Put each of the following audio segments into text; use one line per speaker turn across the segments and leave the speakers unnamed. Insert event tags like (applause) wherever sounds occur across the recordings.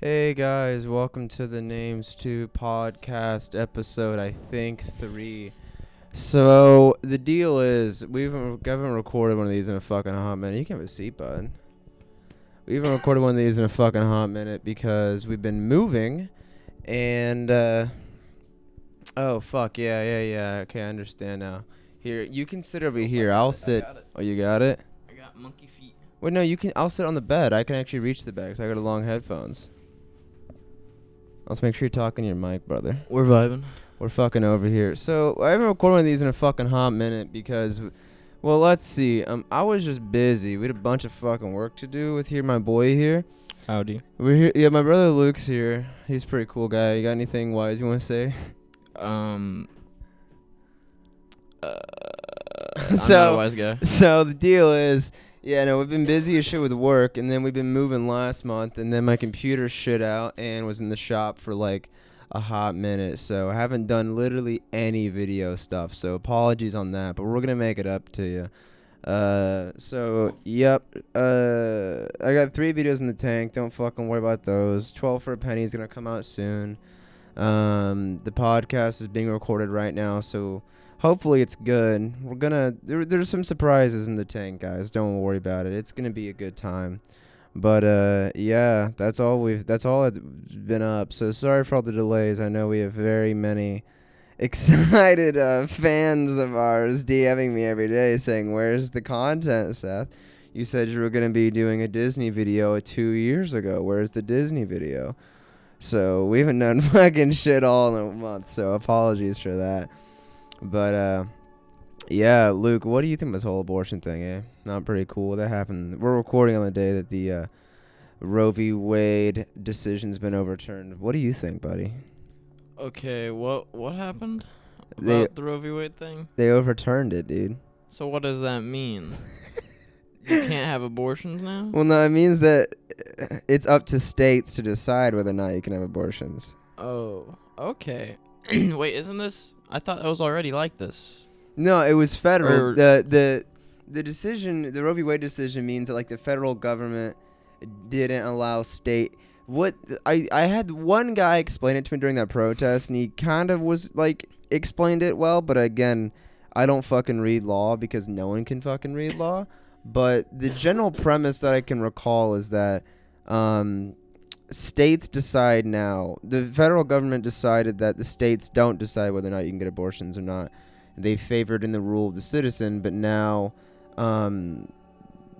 Hey guys, welcome to the Names 2 podcast episode, I think 3. So, the deal is, we haven't, I haven't recorded one of these in a fucking hot minute. You can have a seat, bud. We haven't recorded one of these in a fucking hot minute because we've been moving and, uh, oh fuck, yeah, yeah, yeah. Okay, I understand now. Here, you can sit over here. I'll sit.
got it.
Oh, you got it?
I got monkey feet.
Wait, no, you can. I'll sit on the bed. I can actually reach the bed because I got a long headphones. Let's make sure you're talking to your mic, brother.
We're vibing.
We're fucking over here. So I haven't recorded one of these in a fucking hot minute because, w- well, let's see. Um, I was just busy. We had a bunch of fucking work to do with here, my boy here.
Howdy.
We're here. Yeah, my brother Luke's here. He's a pretty cool guy. You got anything wise you want to say? (laughs)
Um. (laughs) Uh, I'm not
So-
a wise guy.
So the deal is, yeah, no, we've been busy as shit with work, and then we've been moving last month, and then my computer shit out and was in the shop for like a hot minute. So I haven't done literally any video stuff. So apologies on that, but we're gonna make it up to you. Uh, so yep. Uh, I got three videos in the tank. Don't fucking worry about those. Twelve for a penny is gonna come out soon. Um, the podcast is being recorded right now, so hopefully it's good. We're gonna there, there's some surprises in the tank, guys. Don't worry about it. It's gonna be a good time. But uh, yeah, that's all we've that's all that's been up. So sorry for all the delays. I know we have very many (laughs) excited uh, fans of ours DMing me every day saying, "Where's the content, Seth?" You said you were gonna be doing a Disney video uh, two years ago. Where's the Disney video? So we haven't done (laughs) fucking shit all in a month. So apologies for that. But uh, yeah, Luke, what do you think of this whole abortion thing? Eh, not pretty cool. That happened. We're recording on the day that the uh, Roe v. Wade decision's been overturned. What do you think, buddy?
Okay, what what happened about
They-
the Roe v. Wade thing?
They overturned it, dude.
So what does that mean? (laughs) you can't have abortions now.
(laughs) Well, no, it means that uh, it's up to states to decide whether or not you can have abortions.
Oh, okay. (clears throat) Wait, isn't this? I thought that was already like this.
No, it was federal.
Or-
the the The decision, the Roe v. Wade decision, means that like the federal government didn't allow state. What I I had one guy explain it to me during that protest, and he kind of was like explained it well, but again, I don't fucking read law because no one can fucking read law. But the general premise that I can recall is that um, states decide now. The federal government decided that the states don't decide whether or not you can get abortions or not. They favored in the rule of the citizen, but now um,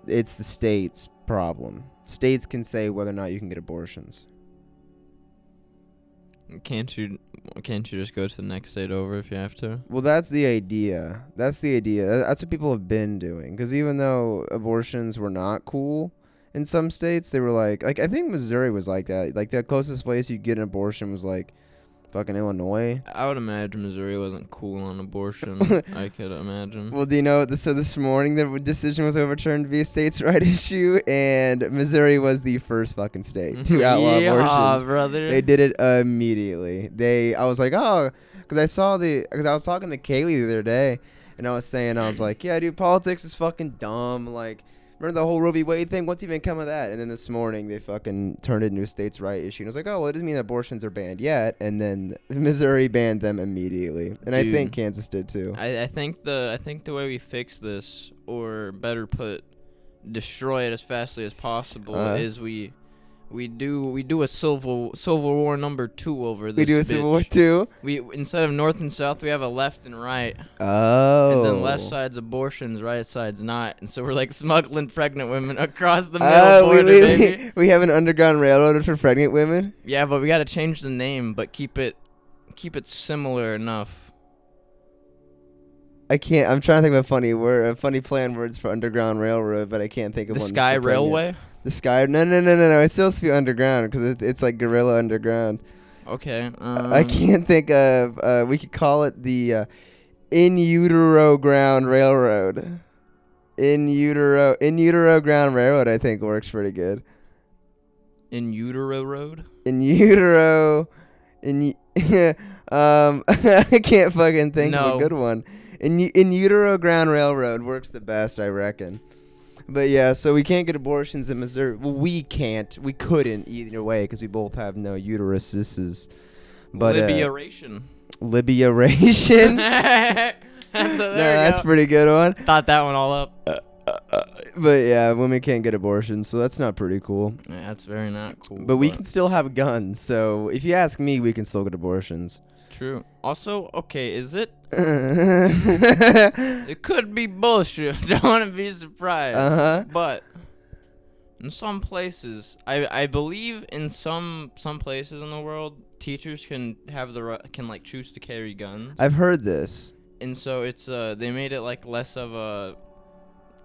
it's the states' problem. States can say whether or not you can get abortions.
Can't you? Can't you just go to the next state over if you have to?
Well, that's the idea. That's the idea. Tha- That's what people have been doing. Because even though abortions were not cool in some states, they were like, like I think Missouri was like that. Like the closest place you get an abortion was like fucking Illinois.
I would imagine Missouri wasn't cool on (laughs) abortion. I could imagine.
Mm-hmm. Well, do you know? th- So this morning, the decision was overturned via states' (laughs) right issue, and Missouri was the first fucking state
Mm-hmm.
to outlaw
Yeehaw,
abortions.
brother.
They did it immediately. They, I was like, oh, because I saw the, because I was talking to Kaylee the other day, and I was saying, I was like, yeah, dude, politics is fucking dumb. Like, remember the whole Roe v. Wade thing? What's even come of that? And then this morning, they fucking turned it into a states' right issue, and I was like, oh, well, it doesn't mean abortions are banned yet. And then Missouri banned them immediately, and I
Dude.
think Kansas did too.
I, I think the I think the way we fix this, or better put, destroy it as fastly as possible,
Uh.
is we we do we do a civil civil war number two over this.
we do a civil war
bitch.
too.
We instead of north and south, we have a left and right,
Oh.
and then left side's abortions, right side's not, and so we're like smuggling pregnant women across the middle
Oh, we,
border,
we,
baby.
we, (laughs) we have an underground railroad for pregnant women.
Yeah, but we gotta change the name, but keep it keep it similar enough.
I can't. I'm trying to think of a funny word, a funny plan words for underground railroad, but I can't think of
The
one.
Sky
for pregnant.
Railway.
The sky. No, no, no, no, no. It still has to be underground because it, it's like gorilla underground.
Okay. Um,
I can't think of. Uh, we could call it the uh, in utero ground railroad. In utero, in utero ground railroad. I think works pretty good.
In utero road.
in utero in u- (laughs) um I can't fucking think of
No.
a good one. In u- in utero ground railroad works the best, I reckon. But yeah, so we can't get abortions in Missouri. Well, we can't. We couldn't either way because we both have no uteruses. But uh,
Liberation. (laughs)
liberation. (laughs) no, that's
that's
pretty good one. Uh,
Thought that one all up.
But yeah, women can't get abortions, so that's not pretty cool.
Yeah, that's very not cool.
But we can still have guns. So if you ask me, we can still get abortions.
True. Also, okay, is it?
(laughs) uh
It could be bullshit. (laughs) Don't want to be surprised.
huh.
But in some places, I I believe in some some places in the world, teachers can have the ri- can like choose to carry guns,
I've heard this.
and so it's uh they made it like less of a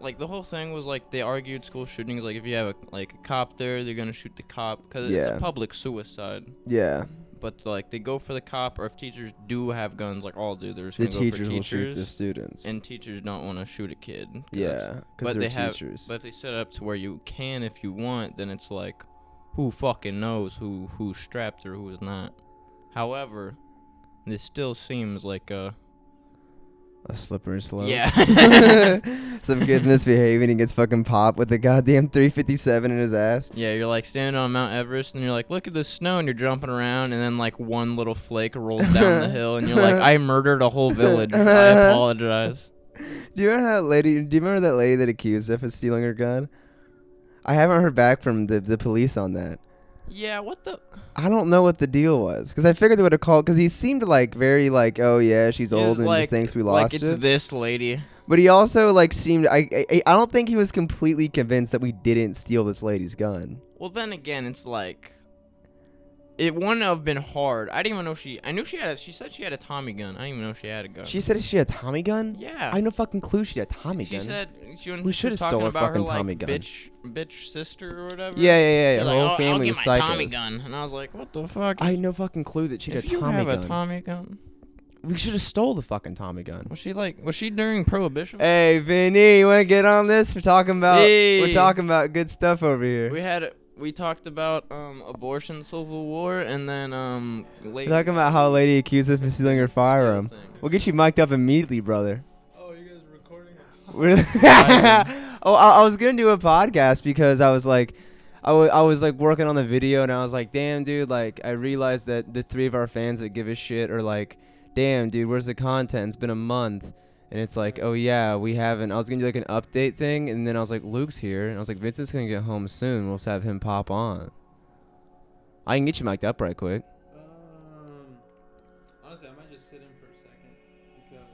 like the whole thing was like they argued school shootings like if you have a like a cop there they're gonna shoot the cop because it's
Yeah.
a public suicide
Yeah,
but like they go for the cop or if teachers do have guns like all do they're just
the
gonna go
teachers
for
will shoot
teachers
the students.
and teachers don't want to shoot a kid 'cause
yeah, because
but
they're
they have-
teachers.
But if they set it up to where you can if you want, then it's like, who fucking knows who who's strapped or who's not. However, this still seems like a
a slippery slope.
yeah,
(laughs)
(laughs)
Some kid's misbehaving and gets fucking popped with a goddamn 357 in his ass.
yeah. You're like standing on Mount Everest and you're like, look at this snow, and you're jumping around, and then like one little flake rolls down
(laughs)
the hill, and you're like, I murdered a whole village. I apologize.
Do you remember that lady? Do you remember that lady that accused F of stealing her gun? I haven't heard back from the, the police on that.
Yeah, what the?
I don't know what the deal was because I figured they would have called because he seemed like very like oh yeah she's
It was
old and
like-
just thinks we
Like
lost
it's
it.
this lady.
but he also like seemed I, I I don't think he was completely convinced that we didn't steal this lady's gun.
Well, then again, it's like it wouldn't have been hard. I didn't even know she. I knew she had. A, she said she had a Tommy gun. I didn't even know she had a gun.
She said she had a Tommy gun.
yeah.
I had no fucking clue she had a Tommy
she
gun.
said she, when
We
she
should
was
have
talking
stole her
about her
fucking
like
Tommy gun.
bitch, bitch sister or whatever.
yeah, yeah, yeah.
She
yeah.
was
Her
like, "Oh,
whole
"I'll-
family
I'll get
was
my
psychos.
Tommy gun, and I was like, what the fuck?
I had no fucking clue that she had
if
a
you
Tommy
have
gun.
a Tommy gun,
we should have stole the fucking Tommy gun.
was she like? Was she during Prohibition?
Hey, Vinny, you want to get on this? We're talking about we're
Hey.
talking about good stuff over here.
We had. We talked about um abortion, civil war, and then um.
We're
Lady
talking about how a lady accused us of stealing her firearm.
thing.
We'll get you mic'd up immediately, brother.
Oh, you guys recording?
We're-
Firearm.
oh, (laughs) I, I was gonna do a podcast because I was like, I wa- I was like working on the video and I was like, damn, dude, like I realized that the three of our fans that give a shit are like, damn, dude, where's the content? It's been a month. And it's like, oh yeah, we haven't. I was gonna do like an update thing, and then I was like, Luke's here, and I was like, Vincent's gonna get home soon. We'll just have him pop on. I can get you mic'd up right quick.
Um, honestly, I might just sit in for a second because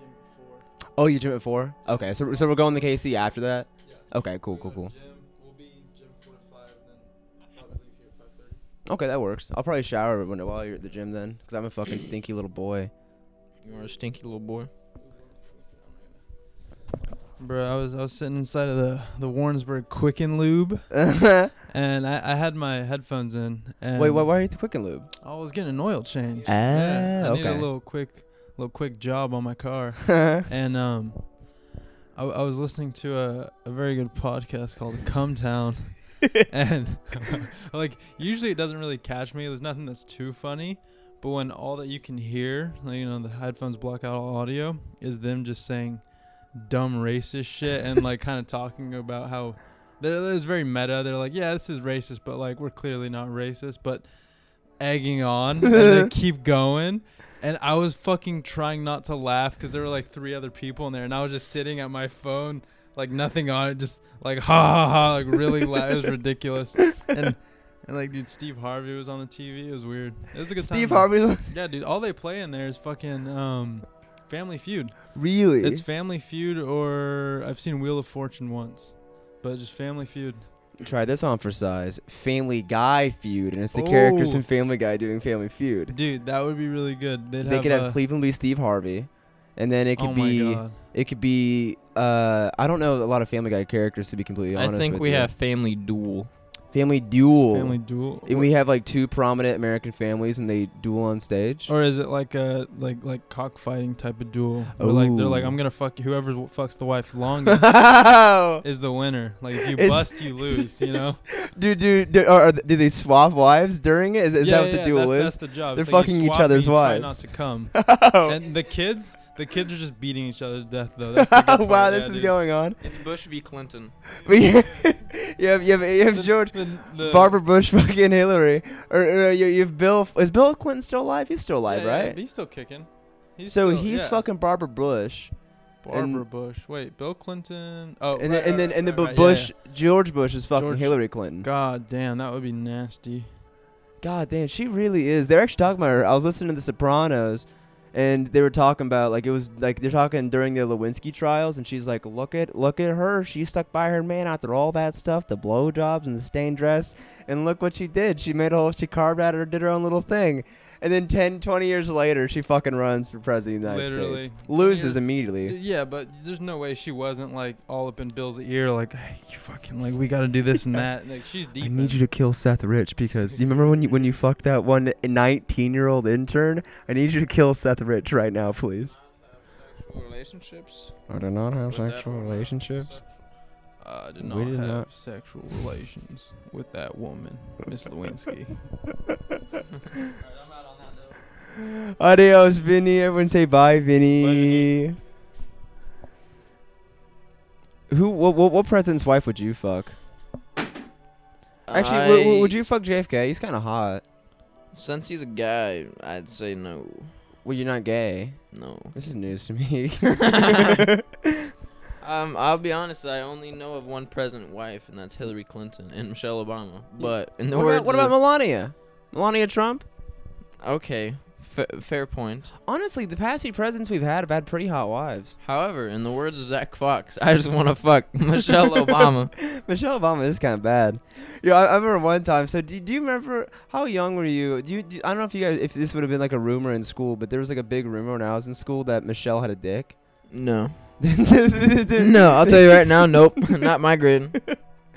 gym at four.
Oh, you gym at four? Okay, so so we're going to KC after that.
Yeah.
Okay, Oh, cool,
We're
cool,
going
cool.
to Gym. We'll be gym four to five, then probably leave here at five thirty.
Okay, that works. I'll probably shower when, while you're at the gym then, because I'm a fucking stinky little boy. (laughs)
You are a stinky little boy.
Bro, I was I was sitting inside of the the Warrensburg Quicken Lube,
Wait,
and I, I had my headphones in. And
why, why are you at the Quick and Lube? (laughs)
I was getting an oil change.
Ah,
yeah, I need a
okay.
little quick little quick job on my car.
oh,
and um, I, I was listening to a, a very good podcast called Come Town, and (laughs) like usually it doesn't really catch me. There's nothing that's too funny, but when all that you can hear, like, you know, the headphones block out all audio, is them just saying dumb racist shit and like kind of talking about how they're, they're it's very meta. They're like, yeah, this is racist, but like we're clearly not racist, but egging on and they keep going. And I was fucking trying not to laugh because there were like three other people in there, and I was just sitting at my phone, like nothing on it, just like ha ha ha, like really loud. It
(laughs)
was ridiculous. And and like dude, Steve Harvey was on the TV. It was weird. It was a good time.
Steve
though.
Harvey's
Yeah, dude. All they play in there is fucking um, Family Feud.
really?
It's Family Feud, or I've seen Wheel of Fortune once, but just Family Feud.
Try this on for size. Family Guy feud, and it's the characters
Oh.
from Family Guy doing Family Feud.
Dude, that would be really good. They'd
they
have
could
uh,
have Cleveland be Steve Harvey, and then it could
oh
be
My God.
it could be uh I don't know a lot of Family Guy characters to be completely
I
honest.
think
with
we
you.
have family duel.
Family Duel.
Family Duel.
and we have like two prominent American families, and they duel on stage.
or (laughs) is it like a like like cockfighting type of duel? Where like they're like
Ooh.
I'm gonna fuck you. whoever w- fucks the
(laughs)
wife longest
Oh.
is the winner. Like if you
It's-
bust, you lose.
(laughs)
You know.
Dude, dude, (laughs) do, or, or do they swap wives during it? Is, is
yeah,
that what
yeah,
the duel
that's,
is?
That's the job.
They're
It's like you
fucking each
swap and (laughs)
other's (laughs)
you try
wives.
not to come.
Oh.
And the kids, The kids are just beating each other to death though.
(laughs)
That's the good part,
wow, this
yeah,
is
dude.
going on.
It's Bush v. Clinton.
But you (laughs) you have you have, you have
The-
George
the- the-
Barbara Bush, (laughs) fucking Hillary, or, or uh, you, you have Bill. Is Bill Clinton still alive? He's still
yeah,
alive,
yeah,
right?
but he's still kicking. He's
so
still-
he's
yeah.
fucking Barbara Bush,
Barbara
and-
Bush. Wait, Bill Clinton. Oh,
and
right,
then and then
right,
and then
right,
but
right, yeah,
Bush,
yeah.
George Bush is fucking
George-
Hillary Clinton. God.
God damn, that would be nasty.
damn, she really is. They're actually talking about her. I was listening to The Sopranos, and they were talking about like it was like they're talking during the Lewinsky trials, and she's like, look at look at her. She stuck by her man after all that stuff, the blowjobs and the stained dress, and look what she did. She made a whole, she carved out her, did her own little thing. And then 10, 20 years later, she fucking runs for president of the United
Literally.
States.
20
Loses
years-
immediately.
Yeah, but there's no way she wasn't like all up in Bill's ear, like, hey, you fucking like we gotta do this and that. Like she's deep.
I
in
need you
it.
to kill Seth Rich because you remember when you when you fucked that one 19 year old intern? I need you to kill Seth Rich right now, please.
Sexual relationships.
I did Oh, not have
with that woman.
I
We
did not
did
have
not-
sexual relations with that woman, Miss Lewinsky.
Adios, Vinny. Everyone say bye, Vinny.
Bye,
Who? What, what? What president's wife would you fuck? Actually, w- w- would
I-
you fuck JFK? He's kind of hot.
Since he's a guy, I'd say no.
Well, you're not gay.
No.
This is news to me.
Um, I'll be honest. I only know of one present wife, and that's Hillary Clinton and Michelle Obama. But in the
what,
words,
about, what about
of-
Melania? Melania Trump?
okay, fa- fair point.
Honestly, the past few presidents we've had have had pretty hot wives.
However, in the words of Zach Fox, I just want to fuck (laughs) Michelle
(laughs)
Obama.
Michelle Obama is kind of bad. Yeah, I, I remember one time. So, do, do you remember how young were you? Do you? Do, I don't know if you guys, if this would have been like a rumor in school, but there was like a big rumor when I was in school that Michelle had a dick. (laughs)
No, no, I'll tell you right now, nope, (laughs) not my grade.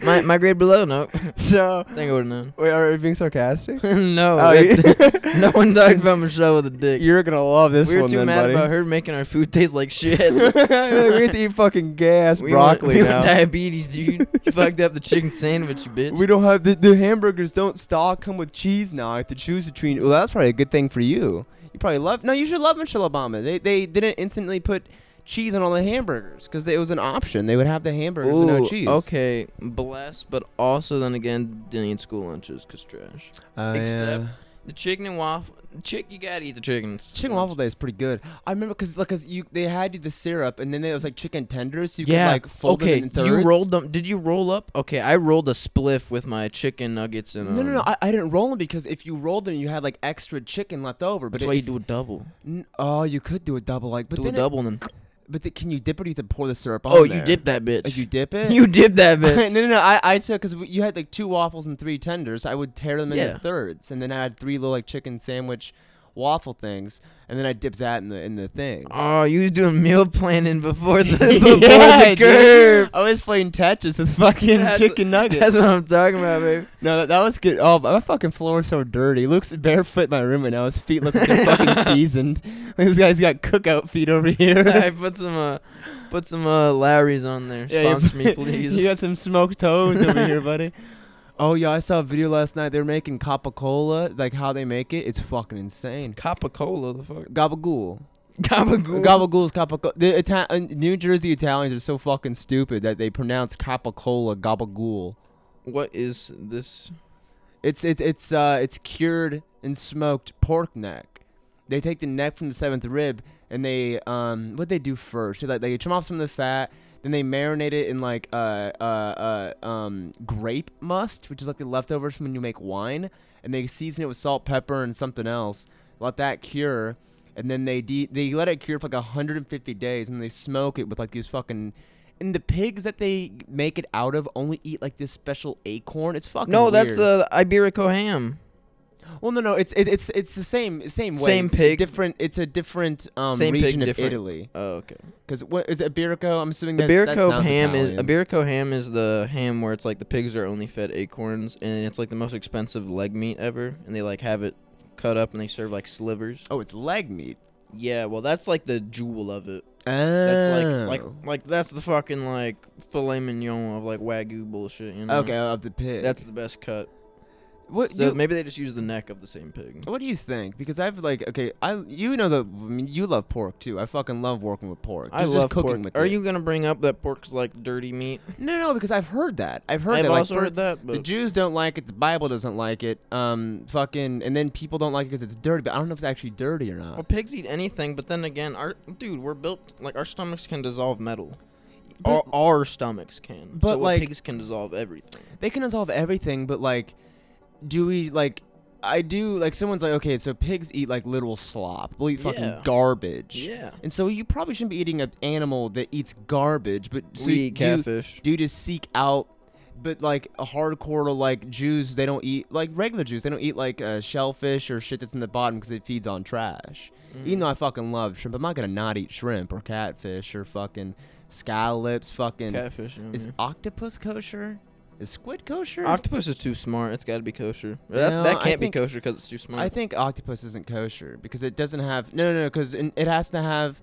My my grade below, nope. I
(laughs) So,
think I would have known. (laughs)
wait, are you being sarcastic?
no,
Oh,
that-
you-
(laughs)
(laughs)
no one talked about Michelle with a dick.
You're gonna love this
we were
one,
too
then,
mad
buddy. (laughs)
about her making our food taste like shit.
we
(laughs)
have to eat fucking gay ass
We want-
broccoli
we
now.
want diabetes,
(laughs)
dude. you fucked up the chicken sandwich, you bitch.
We don't have the, the hamburgers don't stock come with cheese now. I have to choose between. Well, that's probably a good thing for you. You probably love. No, you should love Michelle Obama. They they didn't instantly put cheese on all the hamburgers because it was an option. They would have the hamburgers with no
Ooh,
cheese.
Okay, bless, but also then again, didn't eat school lunches 'cause trash.
Uh,
Except- The chicken and waffle, chick, you gotta eat the chicken.
Chicken waffle day is pretty good. I remember because like cause you they had the syrup and then it was like chicken tenders. So you
yeah.
could like fold
okay.
them in thirds.
You rolled them. Did you roll up? Okay, I rolled a spliff with my chicken nuggets and.
No, no, no!
um,
I, I didn't roll them because if you rolled them, you had like extra chicken left over. But
that's why you
if-
do a double.
N- oh, you could do a double, like but
do a
then it-
double and then.
But the, can you dip it? Or do you have to pour the syrup on.
Oh, you
there?
dip that bitch.
Uh, you dip it.
(laughs)
(laughs)
You dip that
no,
bitch.
no, no. I, I took because you had like two waffles and three tenders. I would tear them
Yeah.
into thirds, and then I had three little like chicken sandwich waffle things, and then I dipped that in the in the thing.
Oh, you was doing meal planning before the before
(laughs) Yeah,
the
dude. (laughs)
curve. (laughs)
I was playing Tetris with fucking
That's-
chicken nuggets.
That's what I'm talking about, baby.
(laughs) No, that, that was good. Oh, my fucking floor is so dirty. Luke's barefoot in my room right now. His feet look like they're (laughs) fucking seasoned. This guy's got cookout feet over here. (laughs)
I put some uh, put some uh, Larry's on there.
Yeah, you- (laughs)
Sponsor me, please.
you got some smoked toes over
(laughs)
here, buddy. Oh yeah, I saw a video last night. They're making Coca Cola, like how they make it. It's fucking insane.
Coca Cola, the fuck.
Gabagool.
Gabagool.
Gabagool's Coca The Ita- uh, New Jersey Italians are so fucking stupid that they pronounce Coca Cola Gabagool.
What is this?
It's it, it's uh it's cured and smoked pork neck. They take the neck from the seventh rib and they um what they do first? They like they trim off some of the fat, then they marinate it in like uh uh, uh um grape must, which is like the leftovers from when you make wine, and they season it with salt, pepper, and something else. Let that cure, and then they de- they let it cure for like 150 days, and they smoke it with like these fucking. And the pigs that they make it out of only eat like this special acorn. It's fucking
No, that's
weird.
the Iberico ham.
Well, no, no, it's it, it's it's the same same way.
Same
it's a
pig.
Different. It's a different um,
Same pig,
region of
different-
Italy.
Oh, okay.
Because what is it, Iberico? I'm assuming that's, that
Iberico
sounds
ham is
Italian.
Iberico ham is the ham where it's like the pigs are only fed acorns, and it's like the most expensive leg meat ever, and they like have it cut up and they serve like slivers.
Oh, it's leg meat.
Yeah, well, that's like the jewel of it.
Oh.
That's like like like that's the fucking like filet mignon of like wagyu bullshit. You know.
okay of the pig.
That's the best cut.
What
So
do,
maybe they just use the neck of the same pig.
what do you think? Because I've like okay, I you know the I mean, you love pork too. I fucking love working with pork.
I
Just-
love
just cooking
pork.
with
Are
it.
you gonna bring up that pork's like dirty meat?
No, no, because I've heard that. I've heard
I've
that. like,
also
for-
heard that. But
The Jews don't like it. The Bible doesn't like it. Um, fucking, and then people don't like it because it's dirty. But I don't know if it's actually dirty or
well,
not.
pigs eat anything, but then again, our dude, we're built like our stomachs can dissolve metal.
But-
our, our stomachs can.
but,
so what
like-
pigs can dissolve everything.
They can dissolve everything, but like, do we like? I do like. Someone's like, okay, so pigs eat like literal slop. They'll eat fucking
Yeah.
garbage.
Yeah.
And so you probably shouldn't be eating an animal that eats garbage. But so
we
you-
eat
do you-
catfish.
do you just seek out but like a hardcore to like Jews, they don't eat like regular Jews. They don't eat like uh, shellfish or shit that's in the bottom because it feeds on trash.
Mm-hmm.
Even though I fucking love shrimp, I'm not gonna not eat shrimp or catfish or fucking scallops. Fucking
catfish. You know what I
is
mean?
octopus kosher? Is squid kosher?
Octopus is too smart. It's got to be kosher. That,
No,
that
I
can't
think-
be kosher because it's too smart.
I think octopus isn't kosher because it doesn't have no no no because it has to have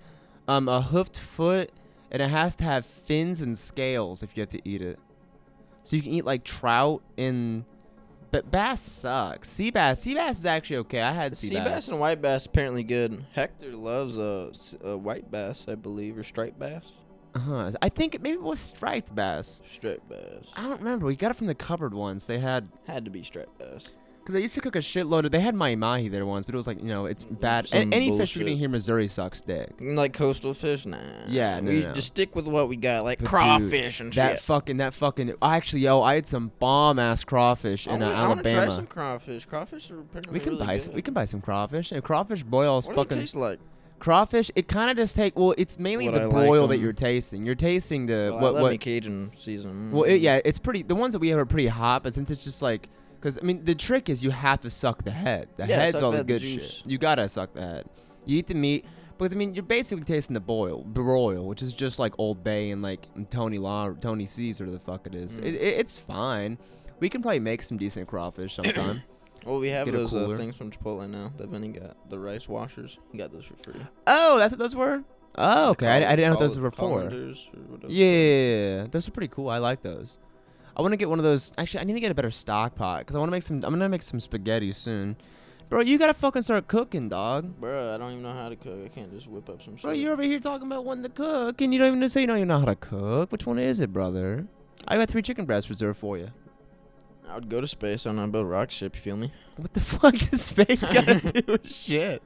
um a hoofed foot and it has to have fins and scales if you have to eat it. So you can eat like trout and but bass sucks. Sea bass, sea bass is actually okay. I had sea,
sea bass and white bass apparently good. Hector loves uh, s- uh white bass, I believe, or striped bass.
Uh-huh. I think it maybe it was striped bass.
Striped bass
I don't remember. We got it from the cupboard once. They had
had to be striped bass.
because I used to cook a shitload of. They had my mahi there once, but it was like you know it's bad. A-
Some
any fish you're
bullshit.
eating here in Missouri sucks dick.
Like coastal fish, nah.
Yeah, no,
we
no, no.
just stick with what we got, like
But dude,
crawfish and
That
Mm, shit.
fucking that fucking actually yo, I had some bomb ass crawfish
I
in uh,
wanna- I wanna
Alabama.
try some crawfish. Crawfish are apparently
we can
really
buy
good.
some, we can buy some crawfish and crawfish boils
What do they
fucking uh,
taste like?
crawfish. It kind of just take well, it's mainly
What
the
I like
broil that
them.
you're tasting. You're tasting the
Well, I
what
love
what
me Cajun season.
well it,
Mm.
yeah, it's pretty. The ones that we have are pretty hot, but since it's just like because I mean the trick is you have to suck the head. The
Yeah,
head's
suck
all
the
the
head, the
good
juice.
shit. You gotta suck the head. You eat the meat. Because I mean, you're basically tasting the boil, broil, which is just like Old Bay and like Tony Law, or Tony Caesar, the fuck it is.
Mm.
It, it, it's fine. We can probably make some decent crawfish
(coughs)
sometime.
Well, we have
Get a
those uh,
cooler.
things from Chipotle now that Vinny got. The rice washers. He got those for free.
oh, that's what those were. Oh, okay. I, I didn't know what those were for.
for.
Yeah, yeah, yeah, those are pretty cool. I like those. I want to get one of those. Actually, I need to get a better stock pot because I want to make some. I'm gonna make some spaghetti soon, bro. You gotta fucking start cooking, dog.
Bro, I don't even know how to cook. I can't just whip up some shit.
Bro, you're over here talking about wanting to cook, and you don't even know- say you don't even know how to cook. Which one is it, brother? I got three chicken breasts reserved for you.
I would go to space. I don't know about rock ship. You feel me?
What the (laughs) fuck does space got to do with shit?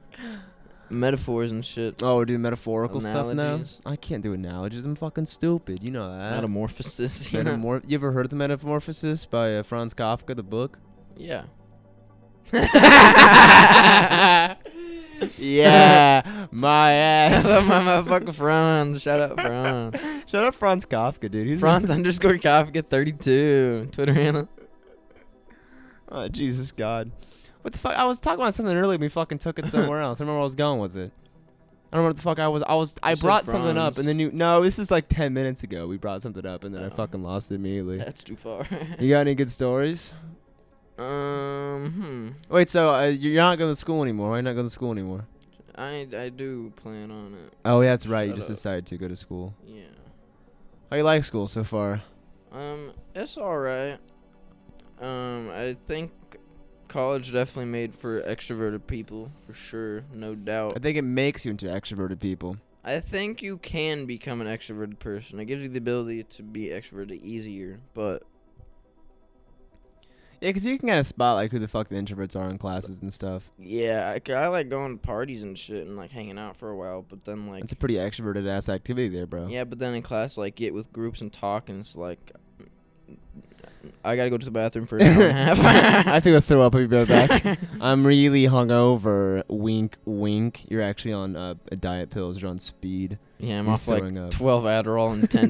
Metaphors and shit.
Oh, we're doing metaphorical
Analogies.
stuff now. I can't do analogies. I'm fucking stupid. You know that.
Metamorphosis. (laughs) you know?
Metamor- you ever heard of the Metamorphosis by uh, Franz Kafka, the book?
yeah.
yeah, my
I
(laughs)
love
ass.
my motherfucker Franz. Shout out Franz.
Shut up, Franz Kafka, dude. He's
Franz underscore Kafka 32. Twitter handle.
Oh, Jesus God. What the fuck? I was talking about something earlier. and We fucking took it somewhere else. I remember where I was going with it. I don't remember what the fuck I was. I was. I
You said
brought something up,
Franz.
and then you. No, this is like ten minutes ago. We brought something up, and then I
Oh.
fucking lost it immediately. (laughs)
That's too far.
You
(laughs)
got any good stories?
um, hmm.
Wait, so uh, you're not going to school anymore? Why you not going to school anymore?
hmm. I, I do plan on it.
Oh, yeah, that's right. you
Shut
just
up.
decided to go to school.
Yeah.
How you like school so far?
Um, it's all right. Um, I think college definitely made for extroverted people for sure, no doubt.
I think it makes you into extroverted people.
I think you can become an extroverted person. It gives you the ability to be extroverted easier, but
Yeah, because you can kind of spot like who the fuck the introverts are in classes and stuff.
yeah, I, c- I like going to parties and shit and like hanging out for a while, but then like
It's a pretty extroverted ass activity there, bro.
yeah, but then in class like get with groups and talk and it's like I gotta go to the bathroom for an hour and a half.
(laughs) I have to go throw up and be right
(laughs)
back. (laughs) I'm really hungover. Wink, wink. You're actually on uh, a diet pills. You're on speed.
Yeah, I'm
You're
off like
throwing up.
12 Adderall and 10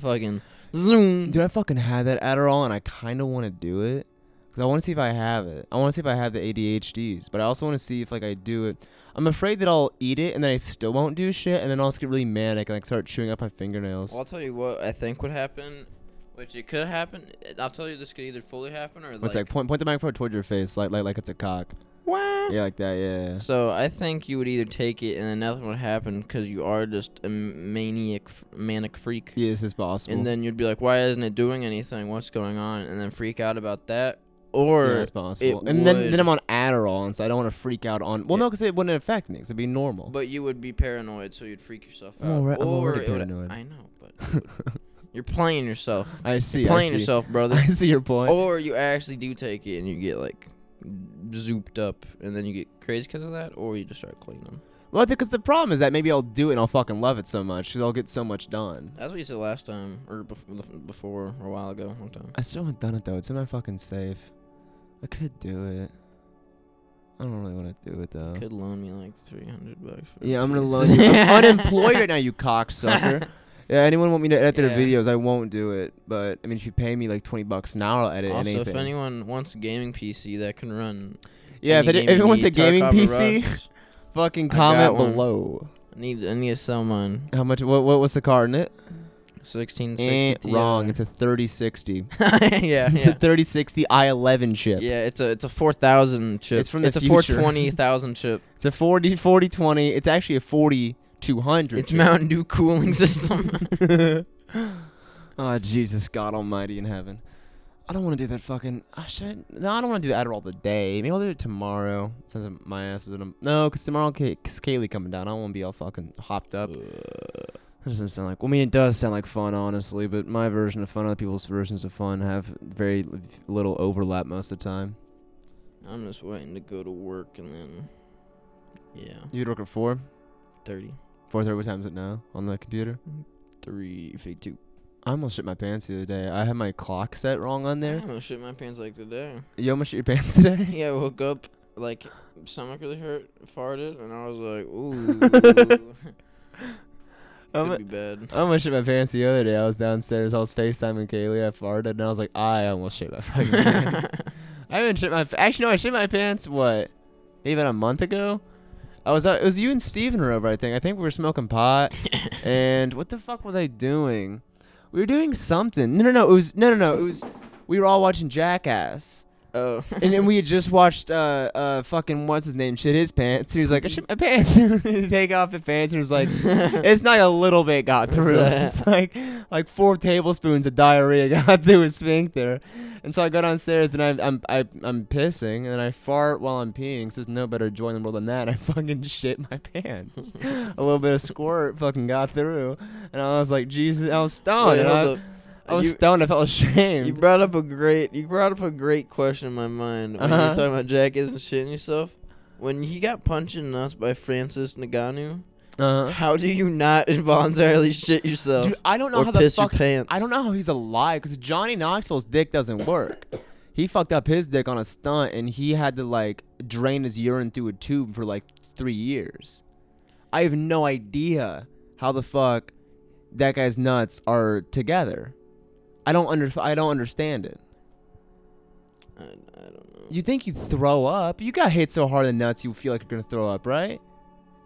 (laughs)
Fucking zoom.
Dude, I fucking had that Adderall, and I kind of want to do it because I want to see if I have it. I want to see if I have the ADHDs, but I also want to see if like I do it. I'm afraid that I'll eat it and then I still won't do shit, and then I'll just get really manic and like start chewing up my fingernails.
Well, I'll tell you what I think would happen, which it could happen. I'll tell you this could either fully happen or
What's like, point point the microphone toward your face, like like like it's a cock.
Wah.
Yeah, like that.
(laughs)
Yeah.
So I think you would either take it and then nothing would happen because you are just a m- maniac, f- manic freak.
Yeah, this is possible.
And then you'd be like, why isn't it doing anything? What's going on? And then freak out about that. Or
yeah, that's possible. And then,
would-
then I'm on Adderall, and so I don't want to freak out on. Well, no, because it wouldn't affect me. it it'd be normal.
But you would be paranoid, so you'd freak yourself out.
I'm alre- I'm
or
already
it would-
paranoid.
I know, but it would- you're playing yourself.
(laughs) (laughs) I see. I
playing
see. (laughs)
yourself, brother. Oh.
I see your point.
or you actually do take it and you get like zooped up, and then you get crazy because of that, or you just start cleaning.
Well, because the problem is that maybe I'll do it and I'll fucking love it so much because I'll get so much done.
That's what you said last time, or bef- before, or a while ago, long time.
I still haven't done it though. It's in my fucking safe. I could do it. I don't really want to do it though.
Could loan me like three hundred bucks. for a
Uh. Yeah, I'm gonna
(laughs) piece.
loan you. I'm unemployed right now, you
(laughs)
cocksucker. Yeah, anyone want me to edit
Yeah.
their videos? I won't do it. But I mean, if you pay me like twenty bucks an hour, I'll edit
Also,
anything.
if anyone wants a gaming PC that can run,
yeah, if,
any
it,
game
if
you
anyone's a
need,
gaming
Tarkov or
PC,
Rust,
fucking
I got
comment
one.
below.
I need I need to sell mine.
How much? What? What? What's the card in it?
Sixteen
Eh,
sixty. (laughs)
wrong. It's a thirty sixty.
yeah,
(laughs) It's a
yeah.
thirty sixty i eleven chip.
Yeah, it's a it's a four thousand chip.
It's from the
it's a
future.
four twenty
(laughs)
thousand chip.
It's a 40, 40, 20. It's actually a 40, 200.
It's Mountain
(laughs)
Dew cooling system.
oh, Jesus, God Almighty in heaven. I don't want to do that fucking. I should. No, I don't want to do the Adderall today. Maybe I'll do it tomorrow. Since I'm- my ass is in a. No, because tomorrow, because Kaylee coming down. I don't want to be all fucking hopped up. That doesn't sound like. Well, I mean, it does sound like fun, honestly, but my version of fun, other people's versions of fun, have very little overlap most of the time.
(laughs) I'm just waiting to go to work and then, yeah,
You'd work at 4?
thirty
4.30, what time is it now on the computer?
three fifty two.
I almost shit my pants the other day. I had my clock set wrong on
I (laughs)
there.
almost shit my pants like today. (laughs)
You almost shit your pants today?
Yeah, I woke up like stomach really hurt, farted, and I was
(laughs)
like, ooh, (laughs)
I'm-
could be bad.
I almost shit my pants the other day. I was downstairs. I was FaceTiming Kaylee. I farted, and I was like, I almost shit my fucking
(laughs)
pants. I haven't shit my. F- Actually, no, I shit my pants. What? Maybe about a month ago. I was. out it was you and Steven were over. I think. I think we were smoking (laughs) pot. and what the fuck was I doing? We were doing something. No, no, no. It was no, no, no. It was. We were all watching Jackass.
oh,
And
(laughs)
then we had just watched uh uh fucking what's his name shit his pants. He was like, I shit my pants. (laughs) He Take off the pants. He was like, (laughs) it's not a little bit got through. It's like like four tablespoons of diarrhea (laughs) got through his sphincter. And so I go downstairs and I, I'm I, I'm pissing and I fart while I'm peeing. So there's no better joy in the world than that. (laughs) I fucking shit my pants. a little bit of squirt fucking got through, and I was like, Jesus, I was stoned.
Wait,
and
hold
I,
up.
I was
You-
stoned. I felt (laughs) ashamed.
You brought up a great you brought up a great question in my mind when you were
Uh-huh.
talking about Jackass and shitting yourself. When he got punched in the nuts by Francis Naganu,
uh-huh.
how do you not (laughs) involuntarily shit yourself
Dude, I don't know
or
how the
piss your
fuck
pants?
I don't know how he's alive because Johnny Knoxville's dick doesn't work. he fucked up his dick on a stunt and he had to like drain his urine through a tube for like three years. I have no idea how the fuck that guy's nuts are together. I don't under I don't understand it.
I, I don't know.
You think you throw up? You got hit so hard in the nuts you feel like you're gonna throw up, right?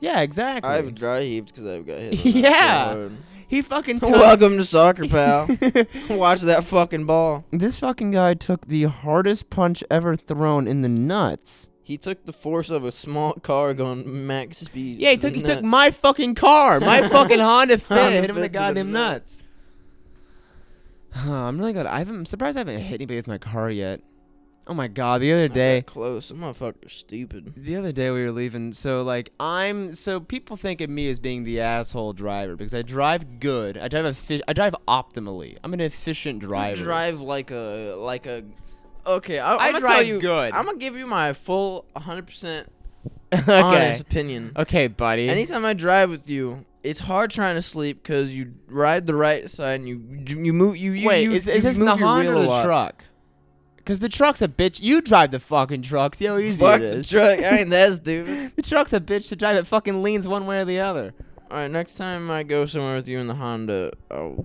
Yeah, exactly.
I've dry heaved because I've got hit.
(laughs)
in the nuts
Yeah.
so hard.
he
(laughs)
fucking took
Welcome to
(laughs)
soccer, pal. Watch that fucking ball.
This fucking guy took the hardest punch ever thrown in the nuts.
He took the force of a small car going max speed.
Yeah, he
to the
took he
nut.
took my fucking car,
(laughs)
my fucking Honda Fit,
Honda
hit him in the
Fit to the
goddamn
nuts.
nuts. Huh, I'm really glad. I haven't, I'm surprised I haven't hit anybody with my car yet. Oh my god, the
I
other
got
day,
Close. I'm motherfucker stupid.
the other day we were leaving. So like I'm, so people think of me as being the asshole driver because I drive good. I drive effi- I drive optimally. I'm an efficient driver.
You drive like a like a. Okay, I,
I
I'm gonna tell
drive
you,
good.
I'm gonna give you my full 100 percent
(laughs)
honest
okay.
opinion.
Okay, buddy.
Anytime I drive with you, it's hard trying to sleep because you ride the right side and you you move you, you
Wait,
you-
is,
you
is this the
move your
Honda
wheel
or
a
the
lot.
truck? Because the truck's a bitch. You drive the fucking truck. See how easy
Fuck
it
the
is. (laughs)
truck, I ain't that (laughs) stupid.
The truck's a bitch to drive. It fucking leans one way or the other.
All right, next time I go somewhere with you in the Honda, I'll,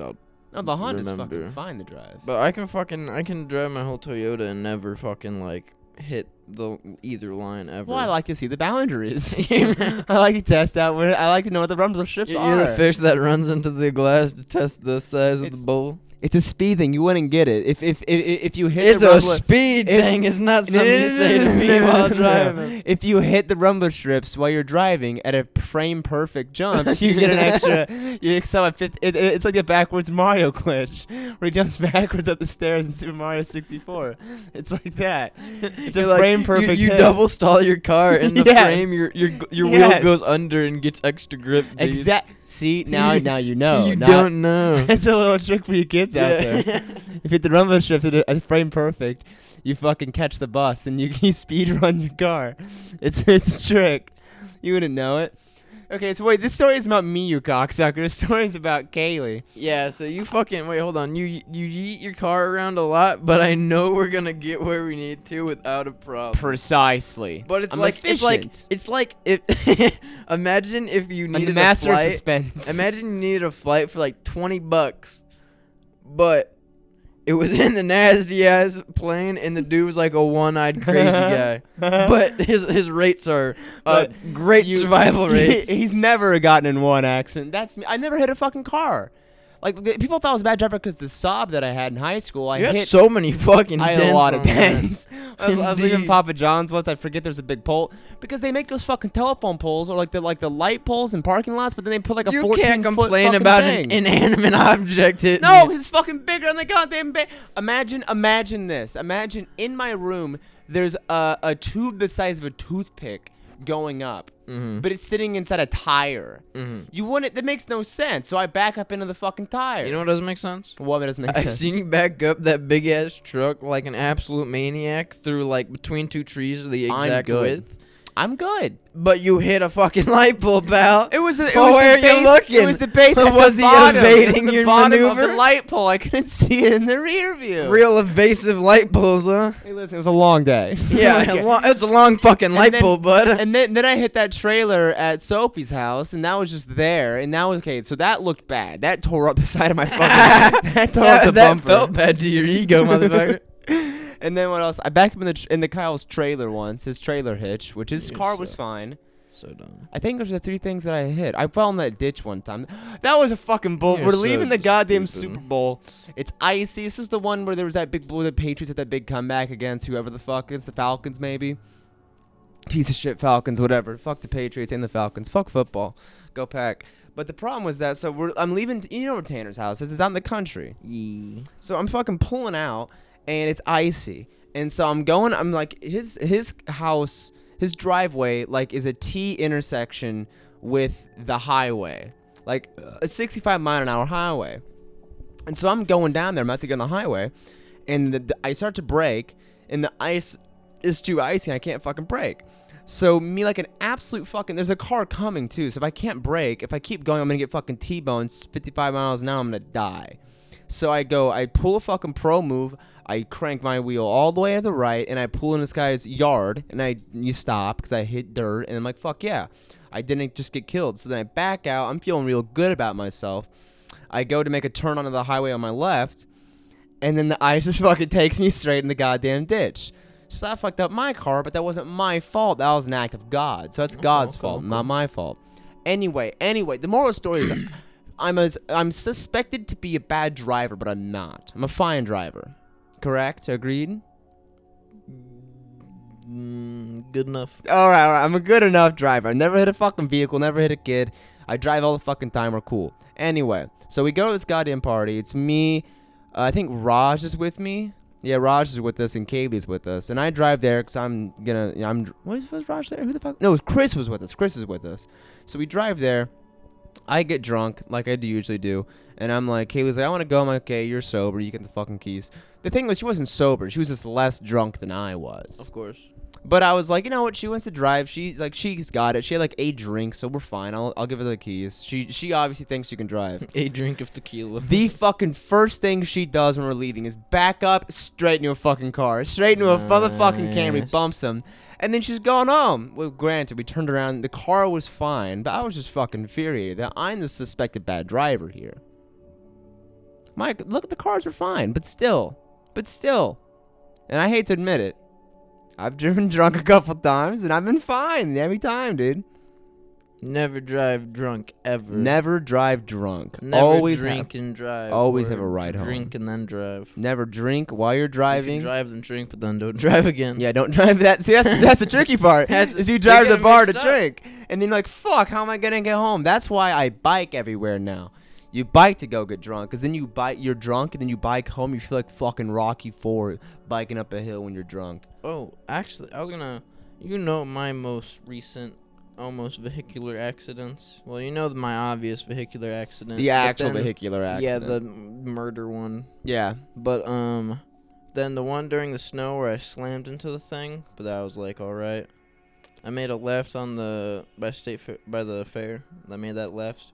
I'll
No, the Honda's
Remember.
fucking fine to drive.
But I can fucking I can drive my whole Toyota and never fucking like hit the either line ever.
Well, I like to see the boundaries. (laughs) I like to test out where I like to know what the rumble strips
You're
are.
the fish that runs into the glass to test the size of
It's-
the bowl.
It's a speed thing. You wouldn't get it if if if, if you hit.
It's
the
a
rumble-
speed
it-
thing. It's
(laughs)
not
No,
something
no,
you
no,
say
no,
to
no, (laughs)
me
no, no,
while
no.
driving.
If you hit the rumble strips while you're driving at a frame perfect
(laughs)
jump, you get an extra. You excel at fifth. It, it- it's like a backwards Mario (laughs) glitch where he jumps (laughs) backwards up the stairs in Super Mario 64. It's like that. It's a
You're like,
frame
you-
perfect.
You,
hit.
double stall your car in the
(laughs) Yes.
frame. Your your gl- your
Yes.
wheel goes under and gets extra grip. dude.
Exact. See now, now you know.
(laughs) you
not-
don't know.
(laughs) It's a little trick for you kids out there.
(laughs)
If you hit the rumble strips at a, a frame perfect, you fucking catch the bus and you, (laughs) you speed run your car. It's (laughs) it's a trick. You wouldn't know it. Okay, so wait, this story is about me, you cocksucker. (laughs) This story is about Kaylee.
Yeah, so you fucking wait, hold on. You you yeet your car around a lot, but I know we're gonna get where we need to without a problem.
Precisely.
but it's
I'm
like
efficient.
it's like it's like if (laughs) imagine if you
I'm
needed
the master
a
of
flight.
suspense.
Imagine you needed a flight for like twenty bucks, but it was (laughs) in the nasty ass plane, and the dude was like a one
(laughs)
eyed crazy guy. But his his rates are uh, great
you- (laughs)
survival
he-
rates.
he's never gotten in one accident. That's me. I never hit a fucking car. Like th- people thought I was a bad driver because the sob that I had in high school, I
you
hit
had so many fucking.
I had a
dents
lot of
on that.
pens.
(laughs)
(laughs) I was, I was leaving
Indeed.
Papa John's once. I forget there's a big pole because they make those fucking telephone poles or like the like the light poles in parking lots, but then they put like a
you
14
can't
foot
complain
fucking
about
thing.
an inanimate object. hitting
no,
you.
it's fucking bigger than the goddamn bed. Imagine, imagine this. Imagine in my room there's a, a tube the size of a toothpick going up,
Hmm? Mm-hmm.
but it's sitting inside a tire. You wouldn't. That makes no sense. So I back up into the fucking tire.
You know what doesn't make sense?
Well, that doesn't make
I've
sense.
seen you back up that big ass truck like an absolute maniac through like between two trees of the
I'm
exact
good.
width,
I'm good.
but you hit a fucking light bulb, pal.
It was. A, it
Well,
was
where
the
are
base, It
you looking?
was the base. At
Was
the
he
bottom,
evading
the
your
bottom Of the
maneuver?
light pole. I couldn't (laughs) see it in the rear view.
Real evasive light bulbs, huh?
Hey, listen, it was a long day.
(laughs)
(laughs)
Yeah,
Okay.
a lo- it's a long fucking light
then-
bulb, bud. (laughs)
And then, then I hit that trailer at Sophie's house, and that was just there. And now, okay, so that looked bad. That tore up the (laughs) side of my
(laughs)
fucking. (laughs) that tore up
that,
the
that
bumper. (laughs)
felt bad to your (laughs) ego, motherfucker.
and then what else? I backed up in the tr- in the Kyle's trailer once. His trailer hitch, which his
You're
car
so-
was fine.
so dumb.
I think those are the three things that I hit. I fell in that ditch one time. (gasps) That was a fucking bull.
You're
We're
so
leaving the goddamn
stupid.
Super Bowl. It's icy. This is the one where there was that big bull. The Patriots had that big comeback against whoever the fuck against the Falcons, maybe. Piece of shit Falcons, whatever. Fuck the Patriots and the Falcons. Fuck football. Go pack. But the problem was that so we're I'm leaving. You know where Tanner's house is? It's out in the country. So I'm fucking pulling out, and it's icy. And so I'm going. I'm like his his house, his driveway, like is a T intersection with the highway, like uh, a 65 mile an hour highway. And so I'm going down there. I'm about to get on the highway, and the, the, I start to brake, and the ice is too icy, and I can't fucking brake. So me like an absolute fucking. There's a car coming too. So if I can't brake, if I keep going, I'm gonna get fucking T-boned. 55 miles an hour. I'm gonna die. So I go, I pull a fucking pro move, I crank my wheel all the way to the right, and I pull in this guy's yard, and I you stop because I hit dirt, and I'm like, fuck yeah, I didn't just get killed. So then I back out, I'm feeling real good about myself. I go to make a turn onto the highway on my left, and then the (laughs) ice just fucking takes me straight in the goddamn ditch. So I fucked up my car, but that wasn't my fault. That was an act of God. So that's God's
okay,
fault,
okay.
not my fault. Anyway, anyway, the moral of the story is I'm as I'm suspected to be a bad driver, but I'm not. I'm a fine driver. Correct? Agreed?
Mm, good enough.
All right, all right. I'm a good enough driver. I never hit a fucking vehicle, never hit a kid. I drive all the fucking time. We're cool. Anyway, so we go to this goddamn party. It's me. Uh, I think Raj is with me. Yeah, Raj is with us and Kaylee's with us. And I drive there because I'm gonna. you know, I'm. Was, was Raj there? Who the fuck? No, it was Chris was with us. Chris is with us. So we drive there. I get drunk like I do usually do, and I'm like, Kaylee's like, I want to go. I'm like, okay, you're sober. You get the fucking keys. The thing was, she wasn't sober. She was just less drunk than I was.
Of course.
But I was like, you know what? She wants to drive. She's like, she's got it. She had like eight drinks, so we're fine. I'll, I'll give her the keys. She she obviously thinks she can drive.
A drink of tequila.
the fucking first thing she does when we're leaving is back up straight into a fucking car, straight into a motherfucking Camry,
Nice.
bumps him, and then she's going home. Well, granted, we turned around. The car was fine, but I was just fucking infuriated that I'm the suspected bad driver here. Mike, look, the cars were fine, but still, but still, and I hate to admit it, I've driven (laughs) drunk a couple times and I've been fine every time, dude.
Never drive drunk ever.
Never drive drunk.
Never
always
drink
have,
and drive.
always
or
have a ride home.
Drink and then drive. You
never drink while you're
can
driving.
drive and drink, but then don't (laughs) drive again.
Yeah, don't (laughs) drive that. See, that's (laughs) that's the tricky part.
That's-
is you
they
drive
get
to the bar to
mixed up.
drink, and then like, fuck, how am I gonna get home? That's why I bike everywhere now. You bike to go get drunk, cause then you bike, you're drunk, and then you bike home. You feel like fucking Rocky Ford biking up a hill when you're drunk.
Oh, actually, I was gonna. You know my most recent almost vehicular accidents. Well, you know my obvious vehicular accident.
The
but
actual
then-
vehicular accident.
Yeah, the m- murder one.
yeah.
But um, then the one during the snow where I slammed into the thing, but that was like all right. I made a left on the by state fair, by the fair. I made that left,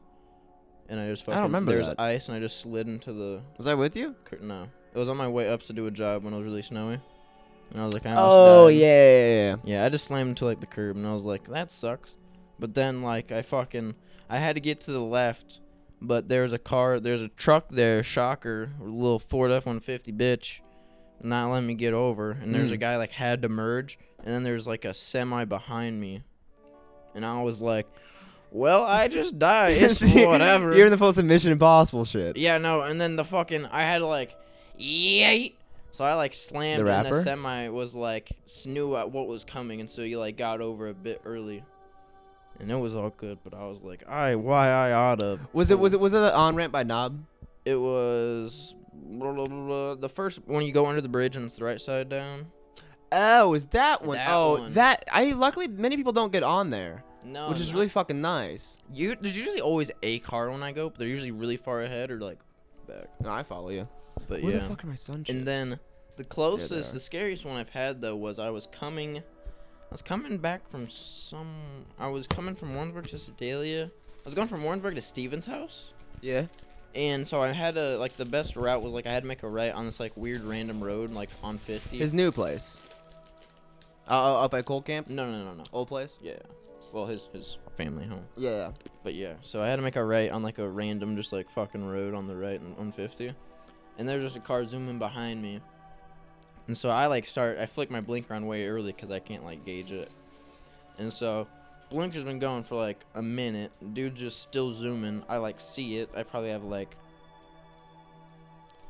and I just
I
fucking
don't remember
there was
that.
ice, and I just slid into the
Was I with you?
cur- no. It was on my way up to do a job when it was really snowy, and I was like, I almost
Oh
died.
yeah, yeah, (laughs) yeah.
Yeah, I just slammed into like the curb and I was like, that sucks. But then like I fucking I had to get to the left, but there was a car, there's a truck there, shocker, little Ford F150 bitch, not letting me get over. And there's a
Mm.
guy like had to merge, and then there's like a semi behind me, and I was like,
(laughs)
well, I just died. It's
See,
whatever.
You're in the full Mission Impossible shit.
Yeah, no, and then the fucking I had to like yeet. So I like slammed
The
and the
rapper?
semi was like s- knew at what was coming and so you like got over a bit early. And it was all good, but I was like, I why I oughta
Was it was it was it on ramp by Knob?
it was blah, blah, blah, blah, the first when you go under the bridge and it's the right side down.
Oh, is that one?
That
oh,
one.
that I luckily many people don't get on there,
No,
which is
no.
really fucking nice.
you. There's usually always a car when I go, but they're usually really far ahead or like back.
No, I follow you.
But
Where
yeah.
the fuck are my sun
And then the closest,
are.
the scariest one I've had though was I was coming, I was coming back from some. I was coming from Warrensburg to Sedalia. I was going from Warrensburg to Steven's house,
yeah,
and so I had a like the best route was like I had to make a right on this like weird random road like on fifty.
his new place. Uh, up at Coal Camp,
no, no, no, no.
old place.
Yeah. Well, his his family home.
Yeah,
But yeah, so I had to make a right on like a random, just like fucking road on the right and 150, and there's just a car zooming behind me, and so I like start, I flick my blinker on way early because I can't like gauge it, and so blinker's been going for like a minute, dude just still zooming. I like see it. I probably have like.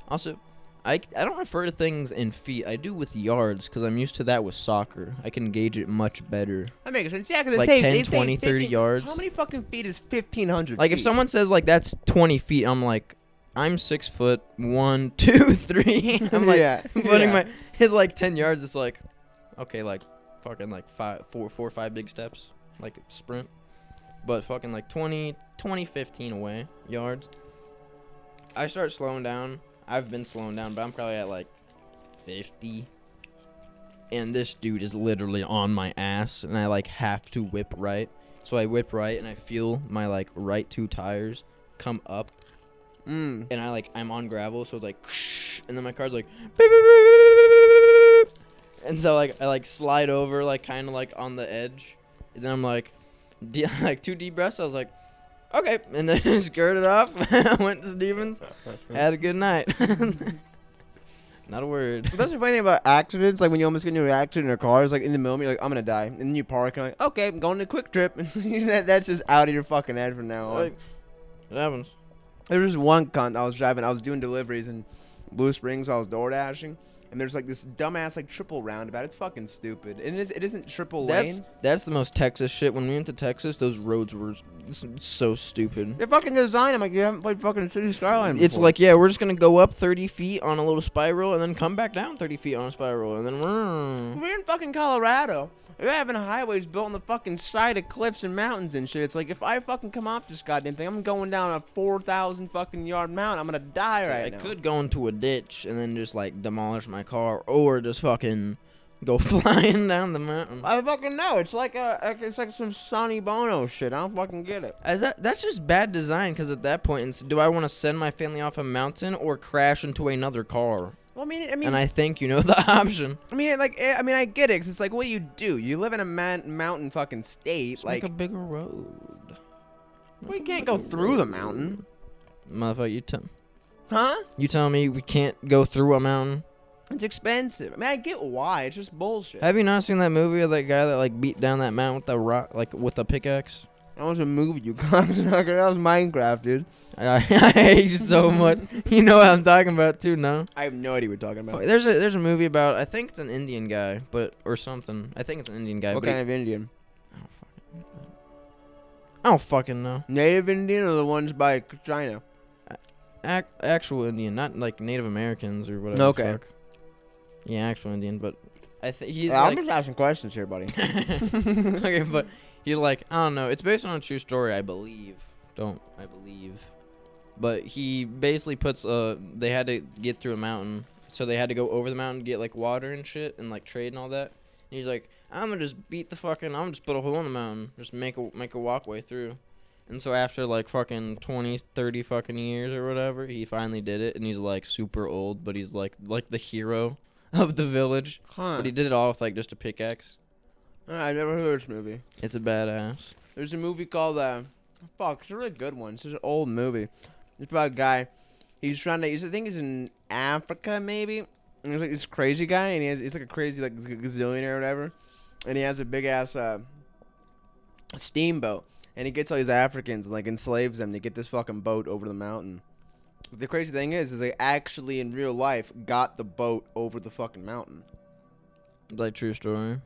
Also, I I don't refer to things in feet. I do with yards because I'm used to that with soccer. I can gauge it much better.
that makes sense. Yeah, because
Like 10, 20, 30 yards.
How many fucking feet is fifteen hundred?
Like if someone says like that's twenty feet, I'm like, I'm six foot one, (laughs)
(laughs)
two, three. I'm like
yeah,
putting
yeah.
my his like ten yards. It's like, okay, like fucking like five, four, four or five big steps, like sprint, but fucking like 20, 20, 15 away yards. I start slowing down. I've been slowing down, but I'm probably at like fifty. And this dude is literally on my ass, and I like have to whip right. So I whip right, and I feel my like right two tires come up
Mm.
and I like I'm on gravel, so it's like, and then my car's like, beep, beep, beep, beep, beep, beep, beep. and so like I like slide over like kind of like on the edge, and then I'm like, de- (laughs) like two deep breaths. I was like, okay, and then (laughs) I skirted off. went to Stevens, had a good night. (laughs) Not a word.
That's the funny thing about accidents. Like when you almost get into an accident in a car, it's like in the moment you're like, I'm gonna die, and then you park and you're like, okay, I'm going to Quick Trip, (laughs) and that, that's just out of your fucking head from now on.
Like, it happens.
There was one cunt I was driving. I was doing deliveries in Blue Springs. I was door dashing, and there's like this dumbass like triple roundabout. It's fucking stupid. And it is. It isn't triple
That's
lane.
that's the most Texas shit. When we went to Texas, those roads were s- so stupid.
They're fucking designed. I'm like, you haven't played fucking City Skyline.
It's
before."
like, yeah, we're just gonna go up 30 feet on a little spiral and then come back down 30 feet on a spiral and then. (laughs) vroom.
we're in fucking Colorado. They're having highways built on the fucking side of cliffs and mountains and shit. It's like if I fucking come off this goddamn thing, I'm going down a four thousand fucking yard mountain. I'm gonna die right
I
now.
could go into a ditch and then just like demolish my car or just fucking go (laughs) flying down the mountain.
I fucking know. It's like a. It's like some Sonny Bono shit. I don't fucking get it.
Is Uh, that, that's just bad design because at that point, it's, do I want to send my family off a mountain or crash into another car?
Well, I mean, I mean,
And I think you know (laughs) the option.
I mean, like, eh, I mean, I get it. 'cause it's like, what do you do? You live in a man- mountain fucking state.
Just
like,
make a bigger road.
we can't go through the mountain,
Motherfucker, you tell
huh?
you tell me we can't go through a mountain.
It's expensive. I mean, I get why. It's just bullshit.
Have you not seen that movie of that guy that like beat down that mountain with the rock, like with a pickaxe? (laughs)
That was a movie, you (laughs) cocksucker. That was Minecraft, dude.
I, I hate you so
(laughs)
much. You know what I'm talking about too, no?
I have no idea what we're talking about.
Fuck, There's a there's a movie about I think it's an Indian guy, but or something. I think it's an Indian guy.
what
but he-
kind of Indian?
I don't fucking know.
Native Indian or the ones by China?
Ac- actual Indian, not like Native Americans or whatever. the
Okay.
fuck. Yeah, actual Indian, but I think he's
Yeah,
like-
I'm just asking questions here, buddy.
(laughs) okay, but he like I don't know. It's based on a true story, I believe. Don't I believe? But he basically puts uh they had to get through a mountain, so they had to go over the mountain to get like water and shit and like trade and all that. And he's like, I'm gonna just beat the fucking. I'm gonna just put a hole in the mountain, just make a make a walkway through. And so after like fucking 20, 30 fucking years or whatever, he finally did it, and he's like super old, but he's like like the hero (laughs) of the village.
huh.
But he did it all with like just a pickaxe.
I never heard of this movie.
It's a badass.
There's a movie called uh, fuck. It's a really good one. It's an old movie. It's about a guy. He's trying to. He's, I think he's in Africa, maybe. And there's like this crazy guy, and he has. He's like a crazy like g- gazillionaire or whatever, and he has a big ass uh, steamboat, and he gets all these Africans and like enslaves them to get this fucking boat over the mountain. But the crazy thing is, is they actually in real life got the boat over the fucking mountain.
Like true story.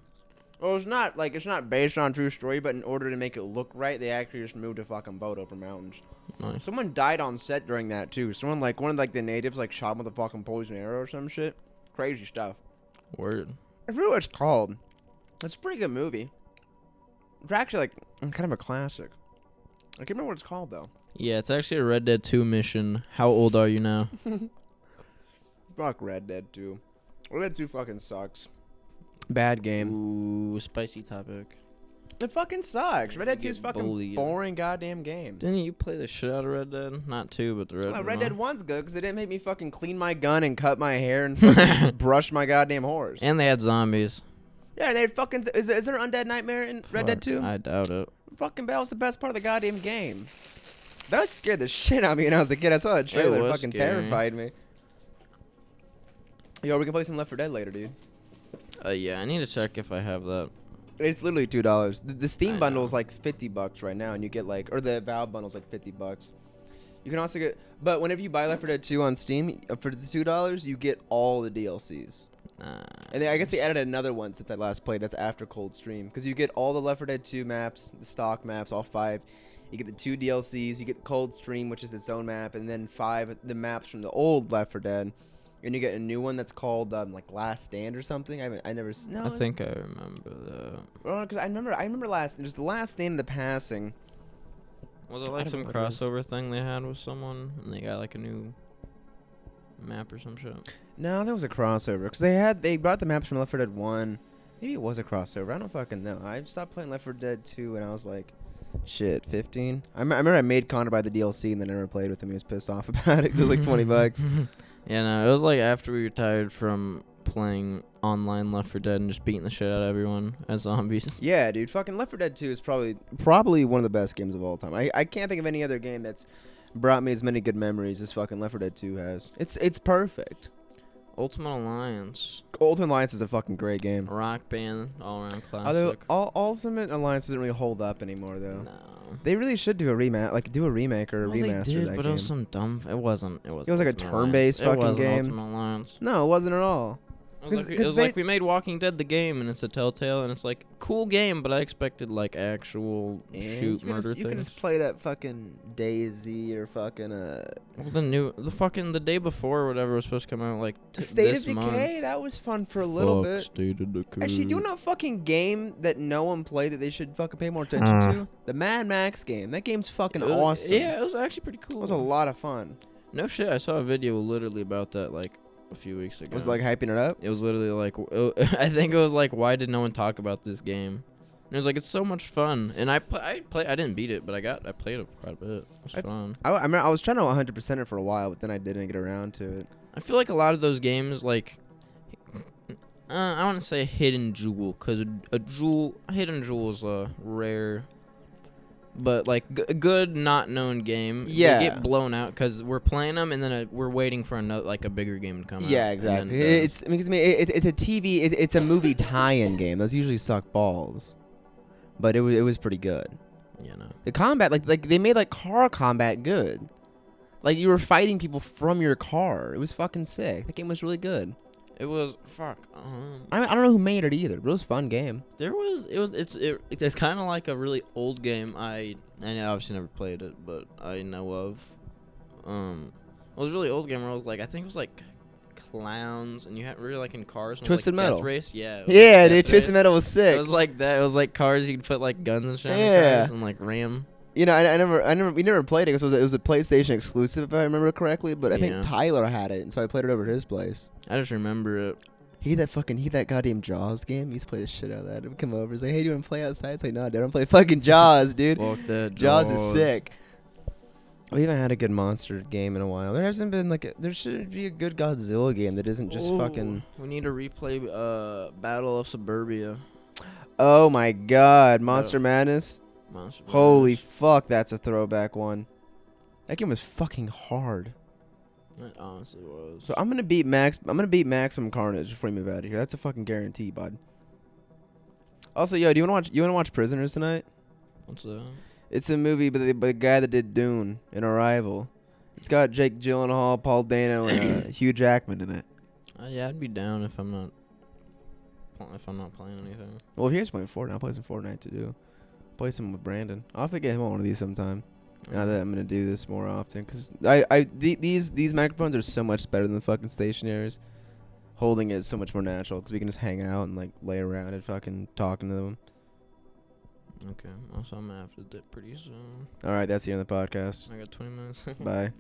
Well, it's not like it's not based on a true story, but in order to make it look right, they actually just moved a fucking boat over mountains.
Nice.
Someone died on set during that too. Someone like one of like the natives like shot him with a fucking poison arrow or some shit. Crazy stuff.
Word.
I forget what it's called. It's a pretty good movie. It's actually like kind of a classic. I can't remember what it's called though.
Yeah, it's actually a Red Dead 2 mission. How old are you now?
Fuck Red Dead 2. Red Dead 2 fucking sucks. Bad game.
Ooh, spicy topic.
It fucking sucks. Red Dead 2
You
is
get
fucking
bullied.
boring goddamn game.
Didn't you play the shit out of Red Dead? Not 2, but the Red,
Well,
one.
Red Dead 1's good because it didn't make me fucking clean my gun and cut my hair and (laughs) fucking brush my goddamn horse.
And they had zombies.
yeah, they fucking. Is, is there an Undead Nightmare in Red Dead
Fuck,
2?
I doubt it.
Fucking that was the best part of the goddamn game. That was scared the shit out of me when I was a kid. I saw that trailer. It
was
fucking
scary.
terrified me. Yo, we can play some Left 4 Dead later, dude.
Uh, yeah, I need to check if I have that.
It's literally two dollars. The, the
I
Steam
know.
bundle is like fifty bucks right now, and you get like, or the Valve bundle is like fifty bucks. You can also get, but whenever you buy Left 4 Dead 2 on Steam uh, for the two dollars, you get all the DLCs.
Nah.
And they, I guess they added another one since I last played. That's after Cold Stream because you get all the Left 4 Dead 2 maps, the stock maps, all five. You get the two DLCs. You get Cold Stream, which is its own map, and then five the maps from the old Left 4 Dead. And you get a new one that's called um, like Last Stand or something. I haven't, I never. s- No,
I think I remember that.
because I remember, I remember last. There's the Last Stand and the Passing.
Was it
I
like
don't
some
know what it is.
crossover thing they had with someone and they got like a new map or some shit?
No, that was a crossover because they had they brought the maps from Left 4 Dead 1. Maybe it was a crossover. I don't fucking know. I stopped playing Left 4 Dead 2 when I was like, shit, 15. I, me- I remember I made Connor buy the DLC and then I never played with him. He was pissed off (laughs) about it 'cause it was like
(laughs)
20 bucks.
Yeah, no, it was like after we retired from playing online Left 4 Dead and just beating the shit out of everyone as zombies. (laughs)
Yeah, dude, fucking Left 4 Dead 2 is probably probably one of the best games of all time. I, I can't think of any other game that's brought me as many good memories as fucking Left 4 Dead 2 has. It's it's perfect.
Ultimate Alliance,
Ultimate Alliance is a fucking great game.
Rock Band, all around
Although
classic.
all, Ultimate Alliance doesn't really hold up anymore though.
no.
They really should do a remake, like do a remake or a
Well, they
remaster
did,
of that
but
game.
it was some dumb. It wasn't. It was.
It was like a
Ultimate Alliance.
turn-based
It
fucking
wasn't
game.
Ultimate Alliance.
no, it wasn't at all.
It was,
'Cause-
like, it
'cause
was
they-
like we made Walking Dead the game, and it's a Telltale, and it's like cool game, but I expected like actual shoot murder
You can
things.
just play that fucking Daisy or fucking uh,
Well, the new, the fucking, the day before, or whatever was supposed to come out, like t-
State
this
of Decay.
month.
That was fun for a little bit. Actually, do you know a fucking game that no one played that they should fucking pay more attention
Uh.
to? The Mad Max game. That game's fucking
It was-
awesome.
Yeah, it was actually pretty cool.
It was a lot of fun.
No shit, I saw a video literally about that like a few weeks ago.
It was like hyping it up.
it was literally like w- (laughs) it- I think it was like why did no one talk about this game? And it was like it's so much fun, and I play I play I didn't beat it, but I got I played it quite a bit. It was
I-
fun.
I, I, remember I was trying to 100% it for a while, but then I didn't get around to it.
I feel like a lot of those games like. Uh, I want to say hidden jewel, cause a, a jewel, a hidden jewel is a rare but like g- a good not known game. They
Yeah.
get blown out because we're playing them and then uh we're waiting for another like a bigger game to come out.
Yeah,
and then,
exactly.
uh,
it's I mean, 'cause I mean, it, it's a TV, it, it's a movie tie-in game. Those usually suck balls, but it was it was pretty good.
you know.
The combat, like like they made like car combat good. Like you were fighting people from your car. It was fucking sick. That game was really good.
It was fuck. Um,
I I don't know who made it either, but it was a fun game.
there was it was it's it, it's kind of like a really old game. I I obviously never played it, but I know of. Um, it was a really old game where I was like I think it was like clowns and you had really like in cars. and it was,
Twisted
like, Death
Metal.
Race. Yeah. it was, like,
Yeah,
Death
dude, Twisted
Race.
Metal was sick.
It was like that. It was like cars. You could put like guns and shit. on your
Yeah.
cars and like ram.
you know, I, I never, I never, we never played it because it, was a- it was a PlayStation exclusive, if I remember correctly. But I
Yeah.
think Tyler had it, and so I played it over at his place.
I just remember it.
He that fucking he that goddamn Jaws game. He used to play the shit out of that. He'd come over, he's like, "Hey, do you want to play outside?" It's like, "No, dude, I don't play fucking Jaws, dude.
Fuck that.
Jaws is sick." We haven't had a good monster game in a while. There hasn't been like a, there should be a good Godzilla game that isn't just fucking.
We need to replay uh Battle of Suburbia.
Oh my god, Monster Madness!
Monster
Holy
Mash.
fuck, that's a throwback one. That game was fucking hard.
That honestly was.
So I'm gonna beat Max. I'm gonna beat Maximum Carnage before we move out of here. That's a fucking guarantee, bud. Also, yo, do you wanna watch? You wanna watch Prisoners tonight?
What's that?
It's a movie, but the, by the guy that did Dune and Arrival. It's got Jake Gyllenhaal, Paul Dano, and uh, (coughs) Hugh Jackman in it.
Uh, yeah, I'd be down if I'm not if I'm not playing anything.
Well, if you guys playing Fortnite, I'll play some Fortnite to do. Play some with Brandon. I'll have to get him on one of these sometime. Now that I'm gonna do this more often, cause I, I the, these these microphones are so much better than the fucking stationaries. Holding it is so much more natural, cause we can just hang out and like lay around and fucking talking to them.
Okay. Also, I'm gonna have to dip pretty soon. Mm-hmm.
All right, that's the end of the podcast.
(laughs) I got 20 minutes.
Bye.